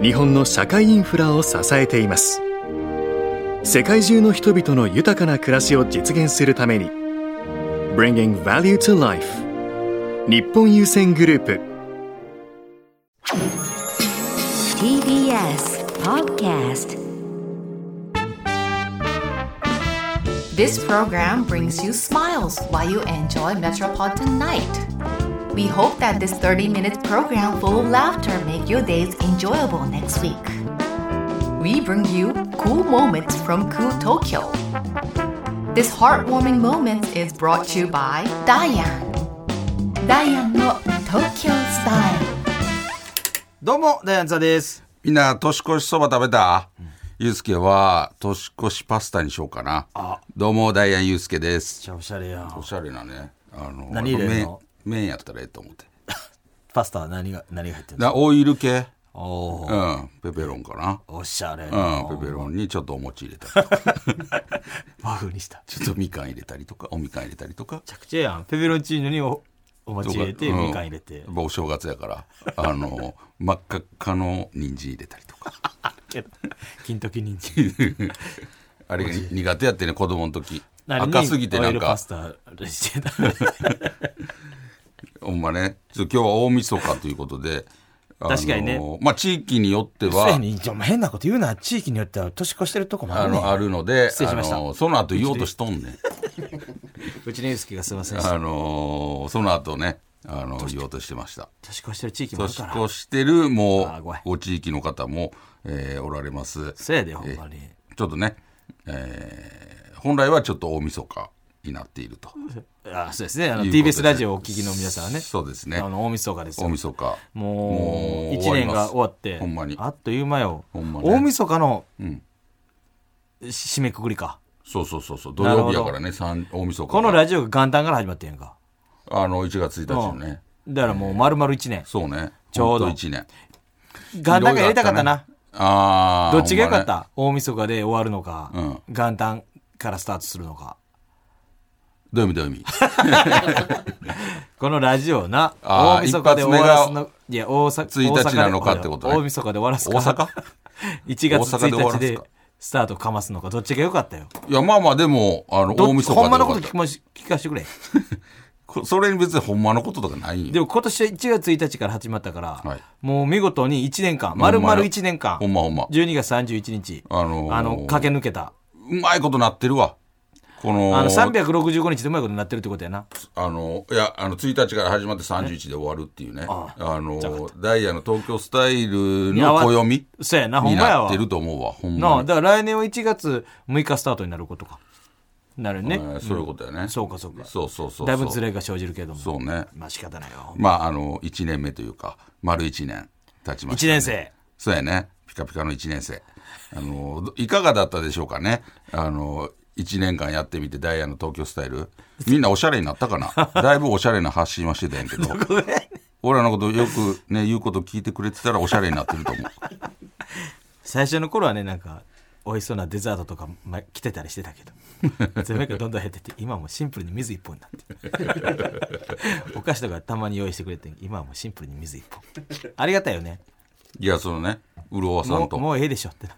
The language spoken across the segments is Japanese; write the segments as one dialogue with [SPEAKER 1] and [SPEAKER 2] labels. [SPEAKER 1] 日本の社会インフラを支えています世界中の人々の豊かな暮らしを実現するために Bringing Value to Life 日本郵船グループ
[SPEAKER 2] TBS Podcast.
[SPEAKER 3] This program brings you smiles while you enjoy Metropolitan Night. We hope that this 30-minute program full of laughter make your days enjoyable next week. We bring you cool moments from cool Tokyo. This heartwarming moment is brought to you by Diane. Diane の Tokyo Style.
[SPEAKER 4] どうも、ダイアンツァです。
[SPEAKER 5] みんな、年越しそば食べた、ゆうすけは、年越しパスタにしようかな。どうも、ダイアンゆうすけです。
[SPEAKER 4] じゃあおしゃれや
[SPEAKER 5] お
[SPEAKER 4] ん。
[SPEAKER 5] しゃれなね。あの、
[SPEAKER 4] 何入れんの
[SPEAKER 5] 麺麺やったらええと思って。
[SPEAKER 4] パスタは何が、何が入ってるの
[SPEAKER 5] だオイル系
[SPEAKER 4] おー
[SPEAKER 5] うん。ペペロンか
[SPEAKER 4] おしゃれ
[SPEAKER 5] な。
[SPEAKER 4] な
[SPEAKER 5] うん。ペペロンにちょっとお餅入れた りとか、
[SPEAKER 4] 和風にした。
[SPEAKER 5] ちょっとみかん入れたりとか、おみかん入れたりとか。
[SPEAKER 4] めちゃくちゃやん。ペペロンチーノにお、お餅入れて、
[SPEAKER 5] うん
[SPEAKER 4] みかん入れて
[SPEAKER 5] やっ。ぱお正月 やから、あの、真っ赤っかの人参入れたり とか。
[SPEAKER 4] けど金時人 参。
[SPEAKER 5] あれが苦手やってね、子供の時。
[SPEAKER 4] 何に
[SPEAKER 5] 赤すぎてな
[SPEAKER 4] オイ
[SPEAKER 5] ん
[SPEAKER 4] ルパ
[SPEAKER 5] か
[SPEAKER 4] ス、タしてた。
[SPEAKER 5] ほんまね、ちょっと今日は大晦日ということで、あの
[SPEAKER 4] 確かにね。
[SPEAKER 5] まあ、地域によって
[SPEAKER 6] そうや
[SPEAKER 5] は、
[SPEAKER 6] ねんじゃあお前変なこと言うな地域によっては年越してるとこもあ
[SPEAKER 5] あ
[SPEAKER 6] るね
[SPEAKER 5] の、あるので、
[SPEAKER 4] 失礼しました
[SPEAKER 5] あの、その後言おうとしとんねん。
[SPEAKER 4] うちのユースケがすいません。
[SPEAKER 5] あの、その後ね、あの、言おうとしてました。
[SPEAKER 4] 年越してる地域もある
[SPEAKER 5] 年
[SPEAKER 4] から。
[SPEAKER 5] 越してる、
[SPEAKER 4] あー
[SPEAKER 5] も
[SPEAKER 4] ごめん
[SPEAKER 5] う、ご地域の方も、えーおられます。
[SPEAKER 4] そうやで、ほんまに。
[SPEAKER 5] ちょっとね、えー本来はちょっと大晦日になっていると。
[SPEAKER 4] あ、そうですね。あの、
[SPEAKER 5] いうことで
[SPEAKER 4] TBS ラジオをお聞きの皆さんはね。
[SPEAKER 5] そうですね
[SPEAKER 4] あ。の、大晦日ですよ
[SPEAKER 5] 大。晦日。
[SPEAKER 4] もう、
[SPEAKER 5] もう
[SPEAKER 4] 一年が終わって、
[SPEAKER 5] 終わりますほんまに
[SPEAKER 4] あっという間よ。
[SPEAKER 5] ほんまね
[SPEAKER 4] 大晦日の
[SPEAKER 5] ん、
[SPEAKER 4] 締めくくりか。
[SPEAKER 5] そうそうそうそう。土曜日やからね、三大晦日。
[SPEAKER 4] このラジオが元旦から始まってんやんか。
[SPEAKER 5] あの、1月1日のね。
[SPEAKER 4] だからもう丸々1年。
[SPEAKER 5] そうね。
[SPEAKER 4] ちょうど
[SPEAKER 5] ほんと一年。
[SPEAKER 4] 元旦からやりたかったな。
[SPEAKER 5] ああ。
[SPEAKER 4] どっちが良かっ
[SPEAKER 5] ほんまね
[SPEAKER 4] た大晦日で終わるのか
[SPEAKER 5] うん、
[SPEAKER 4] 元旦からスタートするのか。
[SPEAKER 5] どういう意味どう いう意味
[SPEAKER 4] このラジオな、
[SPEAKER 5] あー
[SPEAKER 4] 大晦日で終わらすの、いや、大阪
[SPEAKER 5] 1日なのかってことね
[SPEAKER 4] 大晦日で終わらすか。
[SPEAKER 5] 大阪
[SPEAKER 4] ?1 月
[SPEAKER 5] 大阪で終
[SPEAKER 4] 1日
[SPEAKER 5] わらす
[SPEAKER 4] で
[SPEAKER 5] か
[SPEAKER 4] スタートかますのか、どっちが良かったよ。
[SPEAKER 5] いや、まあまあ、でも、あの、
[SPEAKER 4] ど
[SPEAKER 5] 大
[SPEAKER 4] っ
[SPEAKER 5] 晦日
[SPEAKER 4] ほんま
[SPEAKER 5] で
[SPEAKER 4] の
[SPEAKER 5] よ
[SPEAKER 4] こと
[SPEAKER 5] かった
[SPEAKER 4] 聞きまし聞かせてくれ。
[SPEAKER 5] こそれに別にほんまのこととかないよ
[SPEAKER 4] でも今年1月1日から始まったから、
[SPEAKER 5] はい
[SPEAKER 4] もう見事に1年間、丸々1年間、
[SPEAKER 5] ほんまほんま。
[SPEAKER 4] 12月31日、
[SPEAKER 5] あのー
[SPEAKER 4] 駆け抜けた。
[SPEAKER 5] うまいことなってるわ。この、
[SPEAKER 4] あの、365日でうまいことになってるってことやな。
[SPEAKER 5] あの、いや、あの、1日から始まって31で終わるっていうね。あの、ダイヤの東京スタイル
[SPEAKER 4] いや
[SPEAKER 5] の
[SPEAKER 4] わ
[SPEAKER 5] 暦に
[SPEAKER 4] そうやな、ほんまや
[SPEAKER 5] なっ
[SPEAKER 4] わ
[SPEAKER 5] て。ると思うわ。ほん
[SPEAKER 4] な
[SPEAKER 5] ま
[SPEAKER 4] あ、
[SPEAKER 5] に。
[SPEAKER 4] だから来年は1月6日スタートになることか。なるよね。
[SPEAKER 5] えーそういうことだよね。
[SPEAKER 4] そうかそうか
[SPEAKER 5] そうそうそうそう。
[SPEAKER 4] だいぶズレが生じるけども。
[SPEAKER 5] そうね。
[SPEAKER 4] まあ仕方ないよ。
[SPEAKER 5] まあ、あの、1年目というか、丸1年経ちました、
[SPEAKER 4] 1年生。
[SPEAKER 5] そうやね。ピカピカの1年生。あの、どいかがだったでしょうかね。あの、1年間やってみて、ダイヤの東京スタイル。みんなおしゃれになった かなだいぶおしゃれな発信はしてたんやけど。俺らのことよくね、言うこと聞いてくれてたらおしゃれになってると思う。
[SPEAKER 4] 最初の頃はね、なんか、美味しそうなデザートとか、ま、来てたりしてたけど。 それがどんどん減ってって、今はもうシンプルに水一本になってる。お菓 子とかたまに用意してくれて、今はもうシンプルに水一本。ありがたいよね。
[SPEAKER 5] いや、そのね、うるおわさ
[SPEAKER 4] も
[SPEAKER 5] ん
[SPEAKER 4] う
[SPEAKER 5] と。
[SPEAKER 4] もうええでしょってな。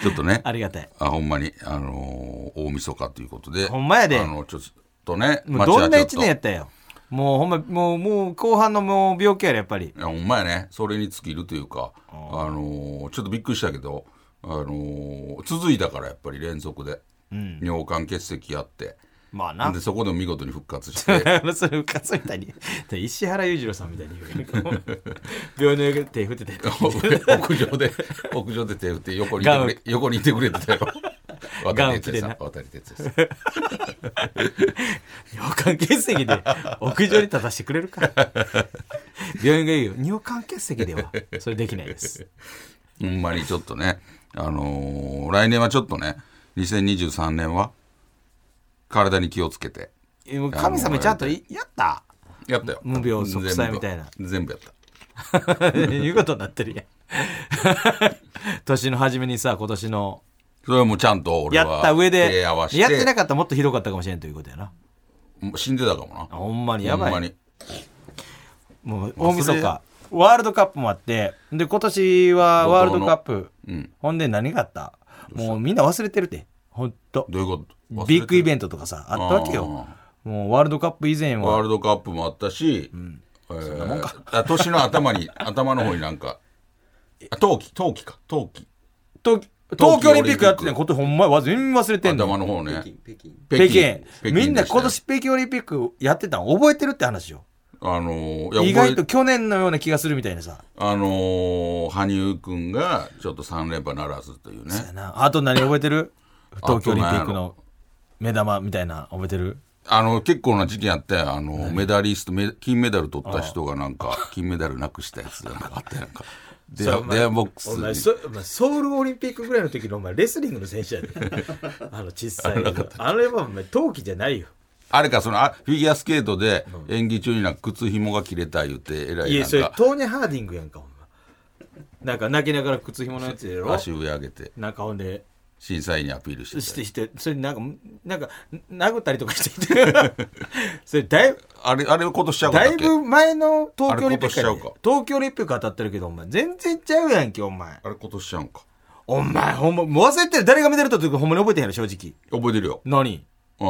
[SPEAKER 5] ちょっとね。
[SPEAKER 4] ありがたい。
[SPEAKER 5] あほんまに、あのー大晦日ということで。
[SPEAKER 4] ほんまやで
[SPEAKER 5] あの、ちょっとね、
[SPEAKER 4] もうどんな1年や
[SPEAKER 5] や
[SPEAKER 4] ったよ。もうほんま、もう、もう後半のもう病気やろ、やっぱり。
[SPEAKER 5] いやほんまやねそれに尽きるというか、あのーちょっとびっくりしたけど、あのー続いたからやっぱり連続で、尿管結石やって
[SPEAKER 4] まあな
[SPEAKER 5] で。そこでも見事に復活して
[SPEAKER 4] それ、うかつみたいに。石原裕次郎さんみたいに言う。病院の手振ってたよ
[SPEAKER 5] 屋上で屋上で手振って横にいてく
[SPEAKER 4] ガウ
[SPEAKER 5] れ横にいてくれてたよ渡り哲也さ
[SPEAKER 4] ガン
[SPEAKER 5] ん
[SPEAKER 4] を着て
[SPEAKER 5] 渡り哲也さん
[SPEAKER 4] 尿管結石で屋上に立たせてくれるか病院が言うよ尿管結石ではそれできないです
[SPEAKER 5] ほんまにちょっとねあのー来年はちょっとね2023年は体に気をつけて
[SPEAKER 4] えもう神様ちゃんといやった
[SPEAKER 5] やったよ
[SPEAKER 4] 無病息災みたいな
[SPEAKER 5] 全部全部やった
[SPEAKER 4] いうことになってるやん 年の初めにさ今年の
[SPEAKER 5] それはもうちゃんと俺は
[SPEAKER 4] やった上で
[SPEAKER 5] 手合わせて
[SPEAKER 4] やってなかったらもっとひどかったかもしれんということやな
[SPEAKER 5] もう死んでたかもな
[SPEAKER 4] ほんまにやばい
[SPEAKER 5] ほんまに
[SPEAKER 4] もう大晦
[SPEAKER 5] 忘れ
[SPEAKER 4] 日
[SPEAKER 7] ワールドカップもあって、で、今年はワールドカップ。
[SPEAKER 5] うん
[SPEAKER 7] ほんで何があったもうみんな忘れてるって。ほんと。
[SPEAKER 5] どういうこと
[SPEAKER 7] ビッグイベ
[SPEAKER 5] ン
[SPEAKER 7] ントとかさ、あったわけよ
[SPEAKER 5] あ。
[SPEAKER 7] もうワールドカップ以前
[SPEAKER 5] ワー
[SPEAKER 7] は、
[SPEAKER 5] ルドカップもあったし、えーあ年の頭に頭の方になんかあ冬季冬季か冬季
[SPEAKER 7] 東東京オリンピックやってたことほんまわ全然忘れてんの。
[SPEAKER 5] 頭の方ね
[SPEAKER 7] 北京。みんな今
[SPEAKER 5] で
[SPEAKER 7] 年
[SPEAKER 5] し
[SPEAKER 7] 北京オリンピックやってたの覚えてるって話よ。
[SPEAKER 5] たよあのーいや
[SPEAKER 7] 意外と
[SPEAKER 5] 覚え
[SPEAKER 7] 去年のような気がするみたいなさ。
[SPEAKER 5] あのー羽生くんがちょっと3連覇ならずというね
[SPEAKER 7] そうやなあと何覚えてる
[SPEAKER 5] あと
[SPEAKER 7] 東京オリンピックの目玉みたいな覚えてる
[SPEAKER 5] あの結構な事件あってあのメダリストメ金メダル取った人がなんか金メダルなくしたやつがなんかあったやん か電話電話ボックス
[SPEAKER 4] お前
[SPEAKER 5] に
[SPEAKER 4] そお前ソウルオリンピックぐらいの時のお前レスリングの選手や であの小さいのあれはお前冬季じゃないよ
[SPEAKER 5] あれかそのあフィギュアスケートで演技中になんか靴紐が切れた言うてえらい
[SPEAKER 4] い
[SPEAKER 5] な
[SPEAKER 4] や
[SPEAKER 5] ん
[SPEAKER 4] それ
[SPEAKER 5] か
[SPEAKER 4] トーニャ・ハーディングやんかほんまなんか泣きながら靴紐のやつやろ
[SPEAKER 5] 足上上げて
[SPEAKER 4] なんかほんで
[SPEAKER 5] 審査員にアピールして
[SPEAKER 4] したてしてそれなんかなんか殴ったりとかして てそれだいぶ
[SPEAKER 5] あれあれ今年ちゃうか
[SPEAKER 4] だ
[SPEAKER 5] ったっ
[SPEAKER 4] い
[SPEAKER 5] け
[SPEAKER 4] ぶ前の東京オリンピックや
[SPEAKER 5] あれ
[SPEAKER 4] で
[SPEAKER 5] 今年ちゃうか
[SPEAKER 4] 東京オリンピック当たってるけどお前全然ちゃうやんけお前
[SPEAKER 5] あれ今年ちゃうんか
[SPEAKER 4] お前ほんまもう忘れてる誰がメダル取った時ほんまに覚えてへんやろ正直
[SPEAKER 5] 覚えてるよ
[SPEAKER 4] 何
[SPEAKER 5] え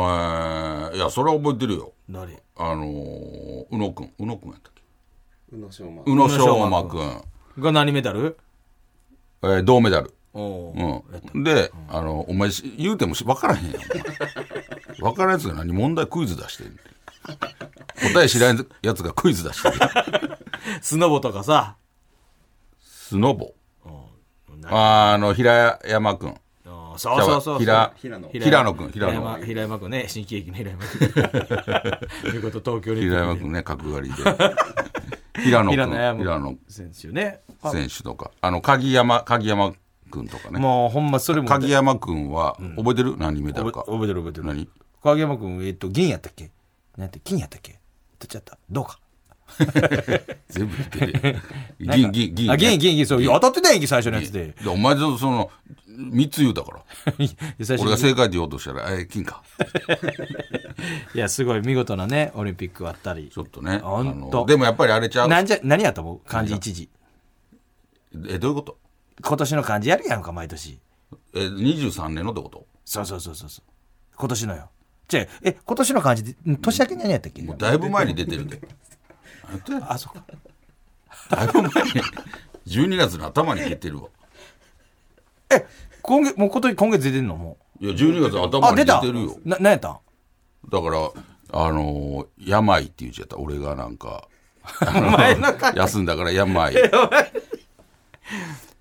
[SPEAKER 5] ーいやそれは覚えてるよ
[SPEAKER 4] 何
[SPEAKER 5] あのー宇野くん宇野くんやったっけ
[SPEAKER 8] 宇野昌磨
[SPEAKER 5] 宇野昌磨くん
[SPEAKER 4] が何メダル
[SPEAKER 5] えー銅メダル
[SPEAKER 4] おう
[SPEAKER 5] うん、で、あのお前し言うてもし分からへんやんお前分からんやつが何問題クイズ出してんねん答え知らんやつがクイズ出してる
[SPEAKER 4] スノボとかさ
[SPEAKER 5] スノボあーあの平山君
[SPEAKER 4] うんそうそうそうそう
[SPEAKER 5] 平
[SPEAKER 8] 平野
[SPEAKER 5] 平野君平
[SPEAKER 4] 平
[SPEAKER 5] 野
[SPEAKER 4] 山
[SPEAKER 5] 君
[SPEAKER 4] 平山君ね新喜劇の平山 君ということ東京オリンピ
[SPEAKER 5] 平
[SPEAKER 4] ッ
[SPEAKER 5] 山
[SPEAKER 4] クで
[SPEAKER 5] 君ね角刈りで平野君
[SPEAKER 4] 平
[SPEAKER 5] 平
[SPEAKER 4] 野
[SPEAKER 5] 野
[SPEAKER 4] 歩夢選手ねあ
[SPEAKER 5] 選手とかあの鍵山鍵山君とかね
[SPEAKER 7] もうほんまそれも覚
[SPEAKER 5] 鍵
[SPEAKER 7] え
[SPEAKER 5] 山君は覚えてる、何メダルか
[SPEAKER 7] 覚えてる覚えてる
[SPEAKER 5] 何
[SPEAKER 7] 影山君えっと銀やったっけ何やって金やったっけどっちやったどうか
[SPEAKER 5] 全部言って るやん銀銀銀
[SPEAKER 7] あ銀銀銀そういや当たってたやんけ最初のやつで
[SPEAKER 5] でお前とその3つ言うたから
[SPEAKER 7] いや 最
[SPEAKER 5] 俺が
[SPEAKER 7] 初に
[SPEAKER 5] 正解って言おうとしたら「えー金か
[SPEAKER 7] いやすごい見事なねオリンピックはあったり」
[SPEAKER 5] ちょっ とね
[SPEAKER 7] ほんと
[SPEAKER 5] あのでもやっぱりあれちゃう
[SPEAKER 7] なんじゃ何やと思う漢字一時
[SPEAKER 5] えどういうこと
[SPEAKER 7] 今年の漢字やるやんか毎年
[SPEAKER 5] え23年のってこと
[SPEAKER 7] そうそうそうそうそう今年のよじゃあえ今年の漢字で年明けに何やったっけ
[SPEAKER 5] もうだいぶ前に出てるで
[SPEAKER 7] あそうか
[SPEAKER 5] だいぶ 前に12月の頭に出てるわ
[SPEAKER 7] え今月もう今年今月出てんのもう
[SPEAKER 5] いや12月の
[SPEAKER 7] あ、
[SPEAKER 5] 頭
[SPEAKER 7] 出
[SPEAKER 5] に
[SPEAKER 7] た
[SPEAKER 5] 出てるよ
[SPEAKER 7] な、なんやったん
[SPEAKER 5] だからあのー病って言っちゃった俺がな んか
[SPEAKER 4] 前のか
[SPEAKER 5] 休んだから病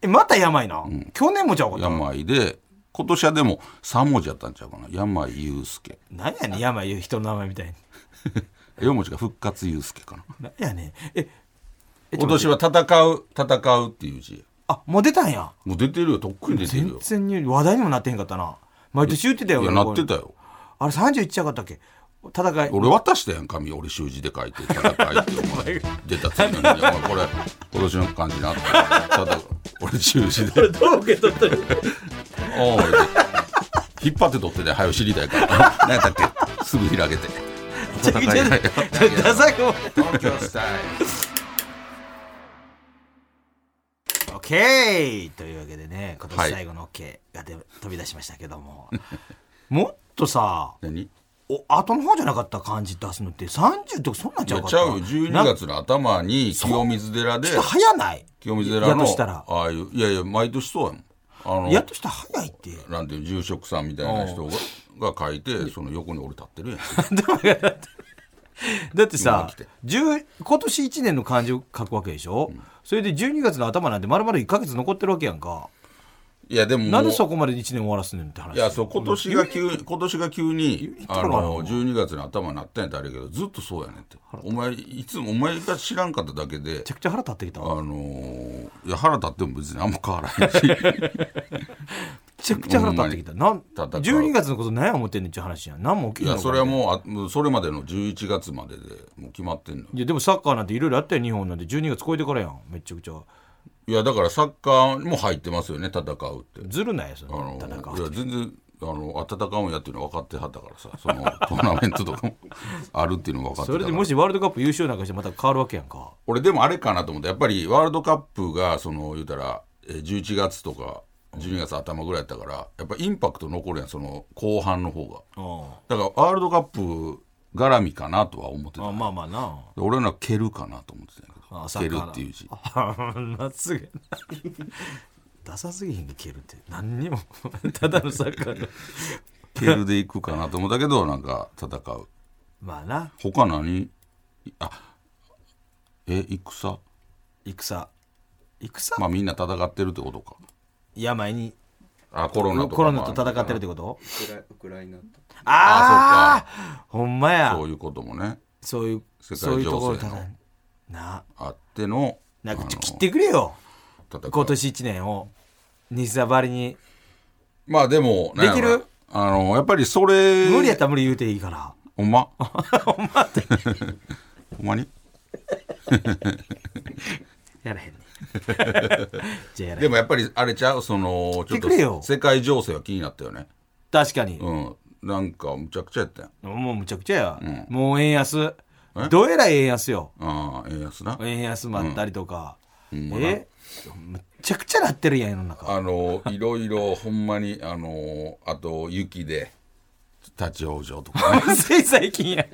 [SPEAKER 4] えまたやばいな去年もちゃうかった
[SPEAKER 5] 病で今年はでも3文字やったんちゃうかな病祐介
[SPEAKER 4] 何やねんやばいいう人の名前みたいに
[SPEAKER 5] 4文字が復活祐介かな
[SPEAKER 4] 何やねんええちょ
[SPEAKER 5] 今
[SPEAKER 4] っと待
[SPEAKER 5] 年
[SPEAKER 4] って
[SPEAKER 5] は戦う戦うっていう字
[SPEAKER 4] あもう出たんや
[SPEAKER 5] もう出てるよとっくに出てる
[SPEAKER 4] 全然
[SPEAKER 5] よ
[SPEAKER 4] に話題にもなってへんかったな毎年言ってたよ
[SPEAKER 5] いや
[SPEAKER 4] 俺
[SPEAKER 5] なってたよ
[SPEAKER 4] あれ31ちゃうかったっけ戦い
[SPEAKER 5] 俺渡したやん紙俺習字で書いて戦いってお前出た次の日にお前これ今年の感じなってただ俺習字で
[SPEAKER 4] どう受け取った
[SPEAKER 5] おう俺 引っ張って取ってね早よ知りたいから何やったっけすぐ開けて戦いない
[SPEAKER 4] ダサいもん
[SPEAKER 5] 東京スタイル
[SPEAKER 4] OK! というわけでね今
[SPEAKER 5] は
[SPEAKER 4] 年
[SPEAKER 5] い
[SPEAKER 4] 最後の OK がで飛び出しましたけども もっとさ
[SPEAKER 5] 何
[SPEAKER 4] お後の方じゃなかった感じ出すのって30とかそんなんち
[SPEAKER 5] じ
[SPEAKER 4] ゃ
[SPEAKER 5] ゃ
[SPEAKER 4] うかっ
[SPEAKER 5] ち
[SPEAKER 4] た
[SPEAKER 5] ゃうよ12
[SPEAKER 4] なんか
[SPEAKER 5] 月の頭に清水寺で
[SPEAKER 4] ちょっと早ない
[SPEAKER 5] 清水
[SPEAKER 4] や
[SPEAKER 5] 寺
[SPEAKER 4] と
[SPEAKER 5] の
[SPEAKER 4] したら
[SPEAKER 5] ああいういやいや毎年そうやもんあの
[SPEAKER 4] やっとしたら早いって
[SPEAKER 5] なんていう住職さんみたいな人がが書いてその横に俺立ってるやん
[SPEAKER 4] だって
[SPEAKER 5] 今
[SPEAKER 4] さ
[SPEAKER 5] 来て
[SPEAKER 4] 10今年1年の漢字を書くわけでしょ、それで12月の頭なんて丸々1か月残ってるわけやんか
[SPEAKER 5] いやでももう
[SPEAKER 4] なんでそこまで1年終わらすねんって話
[SPEAKER 5] いやそう今年が急今年が急に
[SPEAKER 4] った
[SPEAKER 5] あ
[SPEAKER 4] からな
[SPEAKER 5] の12月に頭になったんやったらあれやけどずっとそうやねんってお前いつもお前が知らんかっただけで
[SPEAKER 4] めちゃくちゃ腹立ってきた
[SPEAKER 5] あ
[SPEAKER 4] わめ
[SPEAKER 5] のーいや腹立っても別にあんま変わらへん し
[SPEAKER 4] ちゃくちゃ腹立ってきたなん
[SPEAKER 5] 戦う
[SPEAKER 4] 12月のこと何や思ってんねんっていう話やん何も起き
[SPEAKER 5] い
[SPEAKER 4] んの
[SPEAKER 5] や
[SPEAKER 4] か
[SPEAKER 5] それはもうあもうそれまでの11月まででもう決まってんのよ
[SPEAKER 4] いやでもサッカーなんていろいろあったよ日本なんて12月超えてからやんめちゃくちゃ
[SPEAKER 5] いやだからサッカーも入ってますよね戦うって
[SPEAKER 4] ずるないよそ
[SPEAKER 5] あ
[SPEAKER 4] の
[SPEAKER 5] の
[SPEAKER 4] 戦
[SPEAKER 5] いうや全然あの戦うんやっていうの分かってはったからさそのトーナメントとかもあるっていうの分かっ
[SPEAKER 4] そ
[SPEAKER 5] てたから
[SPEAKER 4] れでもしワールドカップ優勝なんかしてまた変わるわけやんか
[SPEAKER 5] 俺でもあれかなと思ったやっぱりワールドカップがその言うたらえー11月とか12月頭ぐらいやったからやっぱインパクト残るやんその後半の方
[SPEAKER 4] あ
[SPEAKER 5] がだからワールドカップ絡みかなとは思ってた
[SPEAKER 4] あまあまあな
[SPEAKER 5] で俺ら蹴るかなと思ってたんや
[SPEAKER 4] ああサ
[SPEAKER 5] け
[SPEAKER 4] ッカー
[SPEAKER 5] ど蹴るっていう字
[SPEAKER 4] まっすぐダサすぎひんで蹴るって何にも ただのサッカーの
[SPEAKER 5] 蹴るでいくかなと思ったけどなんか戦う
[SPEAKER 4] まあな
[SPEAKER 5] 他何あえ戦
[SPEAKER 4] 戦戦、
[SPEAKER 5] まあみんな戦ってるってことか
[SPEAKER 4] 病に
[SPEAKER 5] あコロナとか
[SPEAKER 4] コロナと戦ってるってこと
[SPEAKER 9] ウクラウクライナと
[SPEAKER 4] あ
[SPEAKER 5] あ
[SPEAKER 4] あほんまや
[SPEAKER 5] そうかそういうこともね
[SPEAKER 4] そういう
[SPEAKER 5] 世界
[SPEAKER 4] そういうところ
[SPEAKER 5] 情勢の
[SPEAKER 4] 戦いな
[SPEAKER 5] あっての
[SPEAKER 4] なんかちょ
[SPEAKER 5] あの
[SPEAKER 4] 切ってくれよ
[SPEAKER 5] 戦う
[SPEAKER 4] 今年1年を西沢ばりに
[SPEAKER 5] まあでもなんやろ
[SPEAKER 4] できる
[SPEAKER 5] あのやっぱりそれ
[SPEAKER 4] 無理やったら無理言うていいから
[SPEAKER 5] ほん まほんま ってほんまに
[SPEAKER 4] やらへんね じゃあやらへ
[SPEAKER 5] で
[SPEAKER 4] ん
[SPEAKER 5] もやっぱりあれちゃうそのち
[SPEAKER 4] 来
[SPEAKER 5] ょ
[SPEAKER 4] てくれよ
[SPEAKER 5] っと世界情勢は気になったよね
[SPEAKER 4] 確かに、
[SPEAKER 5] うんなんかむちゃくちゃやったやん
[SPEAKER 4] もうむちゃくちゃや、もう円安
[SPEAKER 5] え
[SPEAKER 4] どえらい円安よ
[SPEAKER 5] ああ円安な
[SPEAKER 4] 円安まったりとか、
[SPEAKER 5] まな
[SPEAKER 4] えむちゃくちゃなってるやん世の中
[SPEAKER 5] あのいろいろほんまにあのあと雪で立ち往生とか ね
[SPEAKER 4] つい最近や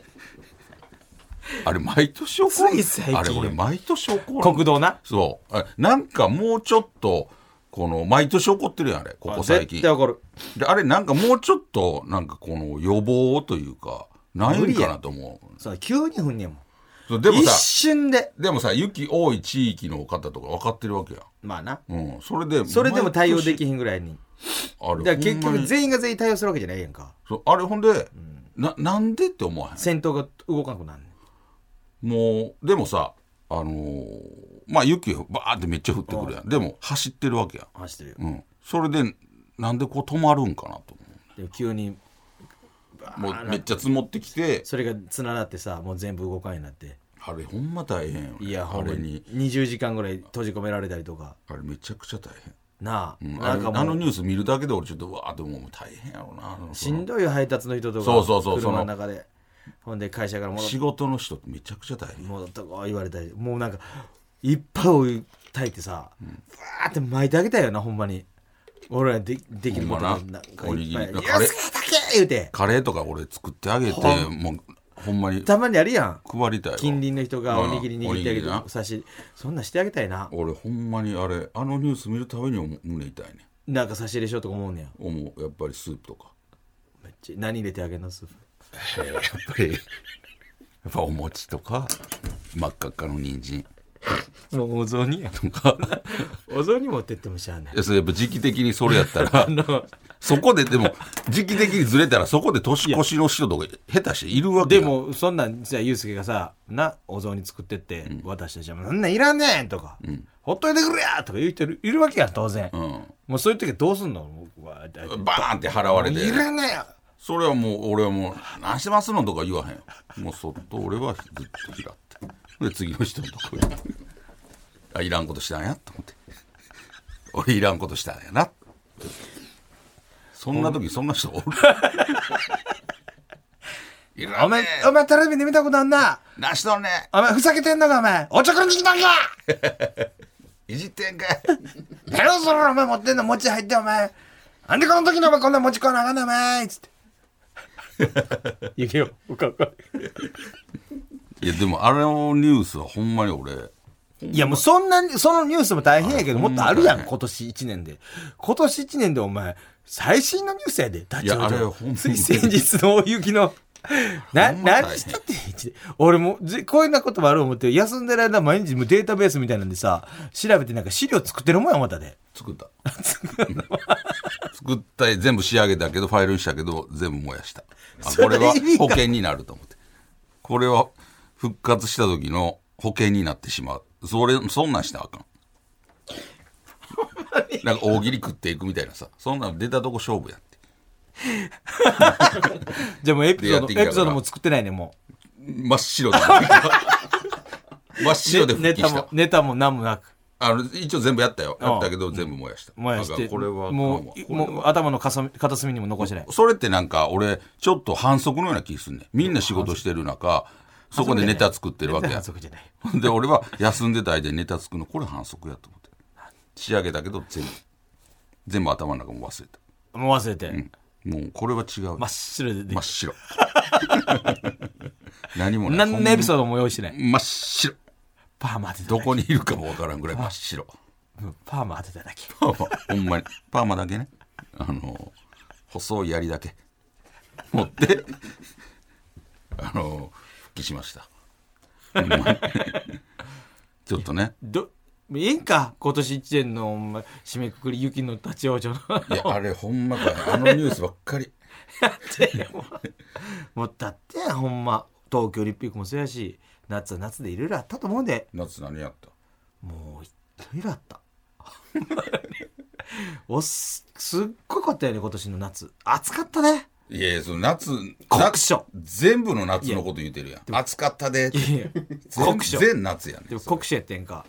[SPEAKER 5] あれ毎年起こる
[SPEAKER 4] つい最近
[SPEAKER 5] あれ俺毎年起こる
[SPEAKER 4] 国道な
[SPEAKER 5] そうあなんかもうちょっとこの毎年起こってるやんあれここ最近
[SPEAKER 4] 絶対起こる
[SPEAKER 5] であれなんかもうちょっとなんかこの予防というかないんかなと思う
[SPEAKER 4] そう急に踏んねんもん
[SPEAKER 5] そうでも
[SPEAKER 4] 一
[SPEAKER 5] さ
[SPEAKER 4] 瞬で
[SPEAKER 5] でもさ雪多い地域の方とか分かってるわけや、
[SPEAKER 4] まあなん
[SPEAKER 5] うん、それで
[SPEAKER 4] それでも対応でき
[SPEAKER 5] ん
[SPEAKER 4] ひんぐらいに
[SPEAKER 5] あれ
[SPEAKER 4] だから結
[SPEAKER 5] ほんま
[SPEAKER 4] 局
[SPEAKER 5] に
[SPEAKER 4] 全員が全員対応するわけじゃないやんか
[SPEAKER 5] そうあれほんで、ななんでって思わへん
[SPEAKER 4] 戦闘が動かなくなんねん
[SPEAKER 5] もうでもさあのーまあ雪バーってめっちゃ降ってくるやんでも走ってるわけや
[SPEAKER 4] 走ってるよ
[SPEAKER 5] ん、うん、それでなんでこう止まるんかなと
[SPEAKER 4] で急に
[SPEAKER 5] 思うもうめっちゃ積もってきて
[SPEAKER 4] それがつながってさもう全部動かんようになって
[SPEAKER 5] あれほんま大変よ、ね、
[SPEAKER 4] いやほ
[SPEAKER 5] あ
[SPEAKER 4] んま
[SPEAKER 5] れに
[SPEAKER 4] に20時間ぐらい閉じ込められたりとか
[SPEAKER 5] あれめちゃくちゃ大変
[SPEAKER 4] なあ、
[SPEAKER 5] うん
[SPEAKER 4] なんか
[SPEAKER 5] あれあの
[SPEAKER 4] もう
[SPEAKER 5] ニュース見るだけで俺ちょっとうわあでももう大変やろうなあの
[SPEAKER 4] しんどいよ配達の人とか
[SPEAKER 5] そうそうそう
[SPEAKER 4] 車の中でほんで会社から戻っ
[SPEAKER 5] 仕事の人ってめちゃくちゃ大変
[SPEAKER 4] 戻ったこう言われたりもうなんかいっぱいお湯炊いてさふわーって巻いてあげたいよなほんまに俺らでできることな
[SPEAKER 5] ほ
[SPEAKER 4] ん
[SPEAKER 5] まなん
[SPEAKER 4] かいっぱい「
[SPEAKER 5] おにぎり
[SPEAKER 4] よしけ!」言うて
[SPEAKER 5] カレーとか俺作ってあげて
[SPEAKER 4] ほ
[SPEAKER 5] もうほんまに
[SPEAKER 4] たまにあるやん
[SPEAKER 5] 配りたいわ
[SPEAKER 4] 近隣の人がおにぎり握ってあげ
[SPEAKER 5] うんおにぎりな
[SPEAKER 4] てさしそんなんしてあげたいな
[SPEAKER 5] 俺ほんまにあれあのニュース見るたびにお胸痛いね
[SPEAKER 4] なんか差し入れしようとか思うねや
[SPEAKER 5] 思うやっぱりスープとか
[SPEAKER 4] めっちゃ何入れてあげんのスープ
[SPEAKER 5] やっぱりやっぱお餅とか真っ赤っかの人参
[SPEAKER 4] もうお雑煮やん。 お雑煮持ってってもしゃあない
[SPEAKER 5] い。やそれやっぱ時期的にそれやった らそこででも時期的にずれたらそこで年越しの人とか下手しているわけ
[SPEAKER 4] で
[SPEAKER 5] やん
[SPEAKER 4] も、そんなん、じゃあ、ゆうすけがさ、な、お雑煮作ってって、私たちは、そんなんいらんねんとか、ほっといてくれやとか言う人いるいるわけやん、当然。
[SPEAKER 5] うん
[SPEAKER 4] もうそういう時はどうすんの僕は、大体
[SPEAKER 5] バーンって払われて
[SPEAKER 4] いらんねん
[SPEAKER 5] それはもう俺はもう「何してますの?」とか言わへんよもうそっと俺はずっと嫌ってで次の人のとこ行ってあいらんことしたんやと思って俺いらんことしたんやなそんな時そんな人おるいら
[SPEAKER 4] お
[SPEAKER 5] んね
[SPEAKER 4] 前、お前、テレビで見たことあんな。
[SPEAKER 5] 何しとんね
[SPEAKER 4] お前、ふざけてんのか、お前。おちょくんちんだんか
[SPEAKER 5] んいじってんかい
[SPEAKER 4] 何をそれ、お前持ってんの、餅入って、お前。なんでこの時にお前、こんな餅食わなあかんの、お前。つ って。行けよ、おかおか。
[SPEAKER 5] いやでもあれのニュースはほんまに俺
[SPEAKER 4] いやもうそんなに、そのニュースも大変やけど、もっとあるやん、
[SPEAKER 5] ほんま大変
[SPEAKER 4] 今年1年で。今年1年でお前、最新のニュースやで、立ち
[SPEAKER 5] いやあれ
[SPEAKER 4] 往
[SPEAKER 5] ほんま
[SPEAKER 4] 生。
[SPEAKER 5] に
[SPEAKER 4] つい先日の大雪の
[SPEAKER 10] な、
[SPEAKER 5] ほんま大変
[SPEAKER 10] 何したって一年俺もぜ、こういうなこともある思って、休んでる間毎日もうデータベースみたいなんでさ、調べてなんか資料作ってるもんや思ったで。
[SPEAKER 5] 作った。 作った、全部仕上げたけど、ファイルにしたけど、全部燃やした。あ
[SPEAKER 10] それ
[SPEAKER 5] これは
[SPEAKER 10] 意味が
[SPEAKER 5] 保険になると思って。これは復活した時の保険になってしまう。それ、そんなんしたらあかん。なんか大喜利食っていくみたいなさ。そんなん出たとこ勝負やって。
[SPEAKER 10] じゃあもうエピソー
[SPEAKER 5] でやって
[SPEAKER 10] ド、
[SPEAKER 5] きたか
[SPEAKER 10] エ
[SPEAKER 5] ら
[SPEAKER 10] ピソードも作ってないね、も
[SPEAKER 5] 真 っ白で。真っ
[SPEAKER 10] う。
[SPEAKER 5] 白で
[SPEAKER 10] ねネ
[SPEAKER 5] 復帰
[SPEAKER 10] タ
[SPEAKER 5] した
[SPEAKER 10] も、。ネタも何もなく。
[SPEAKER 5] あの一応全部やったよ。
[SPEAKER 10] ああ
[SPEAKER 5] やったけど、全部燃やした。
[SPEAKER 10] もやし
[SPEAKER 5] だから
[SPEAKER 10] て、
[SPEAKER 5] これはあかんわ、
[SPEAKER 10] もう、もう頭のかさ片隅にも残してない。
[SPEAKER 5] それってなんか俺ちょっと反則のような気すんねんみんな仕事してる中そこでネタ作ってるわけや
[SPEAKER 4] 反則じゃない。
[SPEAKER 5] で俺は休んでた間にネタ作るのこれ反則やと思って仕上げたけど全部全部頭の中も忘れた
[SPEAKER 4] もう忘れて、
[SPEAKER 5] もうこれは違う
[SPEAKER 4] 真
[SPEAKER 5] 真
[SPEAKER 4] っ白ででき
[SPEAKER 5] っ白 何もない
[SPEAKER 4] 何のエピ
[SPEAKER 5] ー
[SPEAKER 4] ソードも用意してない。
[SPEAKER 5] 真っ白
[SPEAKER 4] パーマ当てただ
[SPEAKER 5] ど
[SPEAKER 4] け。
[SPEAKER 5] こにいるかもわからんぐらい真っ白
[SPEAKER 4] うんパーマ当てただけ。
[SPEAKER 5] パーマ ほんまにパーマだけねあの細い槍だけ持ってあの復帰しましたほんまにちょっとね
[SPEAKER 4] ど、いいんか今年一年のお前締めくくり、雪の立ち往生の。
[SPEAKER 5] いやあれほんまかあのニュースばっかり
[SPEAKER 4] もうだってやほんま東京オリンピックもそうやし夏は夏でいろいろあったと思うんで
[SPEAKER 5] 夏何やった
[SPEAKER 4] もういろいろあったおすすっごかったよね今年の夏暑かったね
[SPEAKER 5] いやいやその夏
[SPEAKER 4] 酷暑
[SPEAKER 5] 夏全部の夏のこと言うてるやん暑かったで
[SPEAKER 4] いや
[SPEAKER 5] 全
[SPEAKER 4] 酷暑
[SPEAKER 5] 全夏やね
[SPEAKER 4] でも酷暑やってんか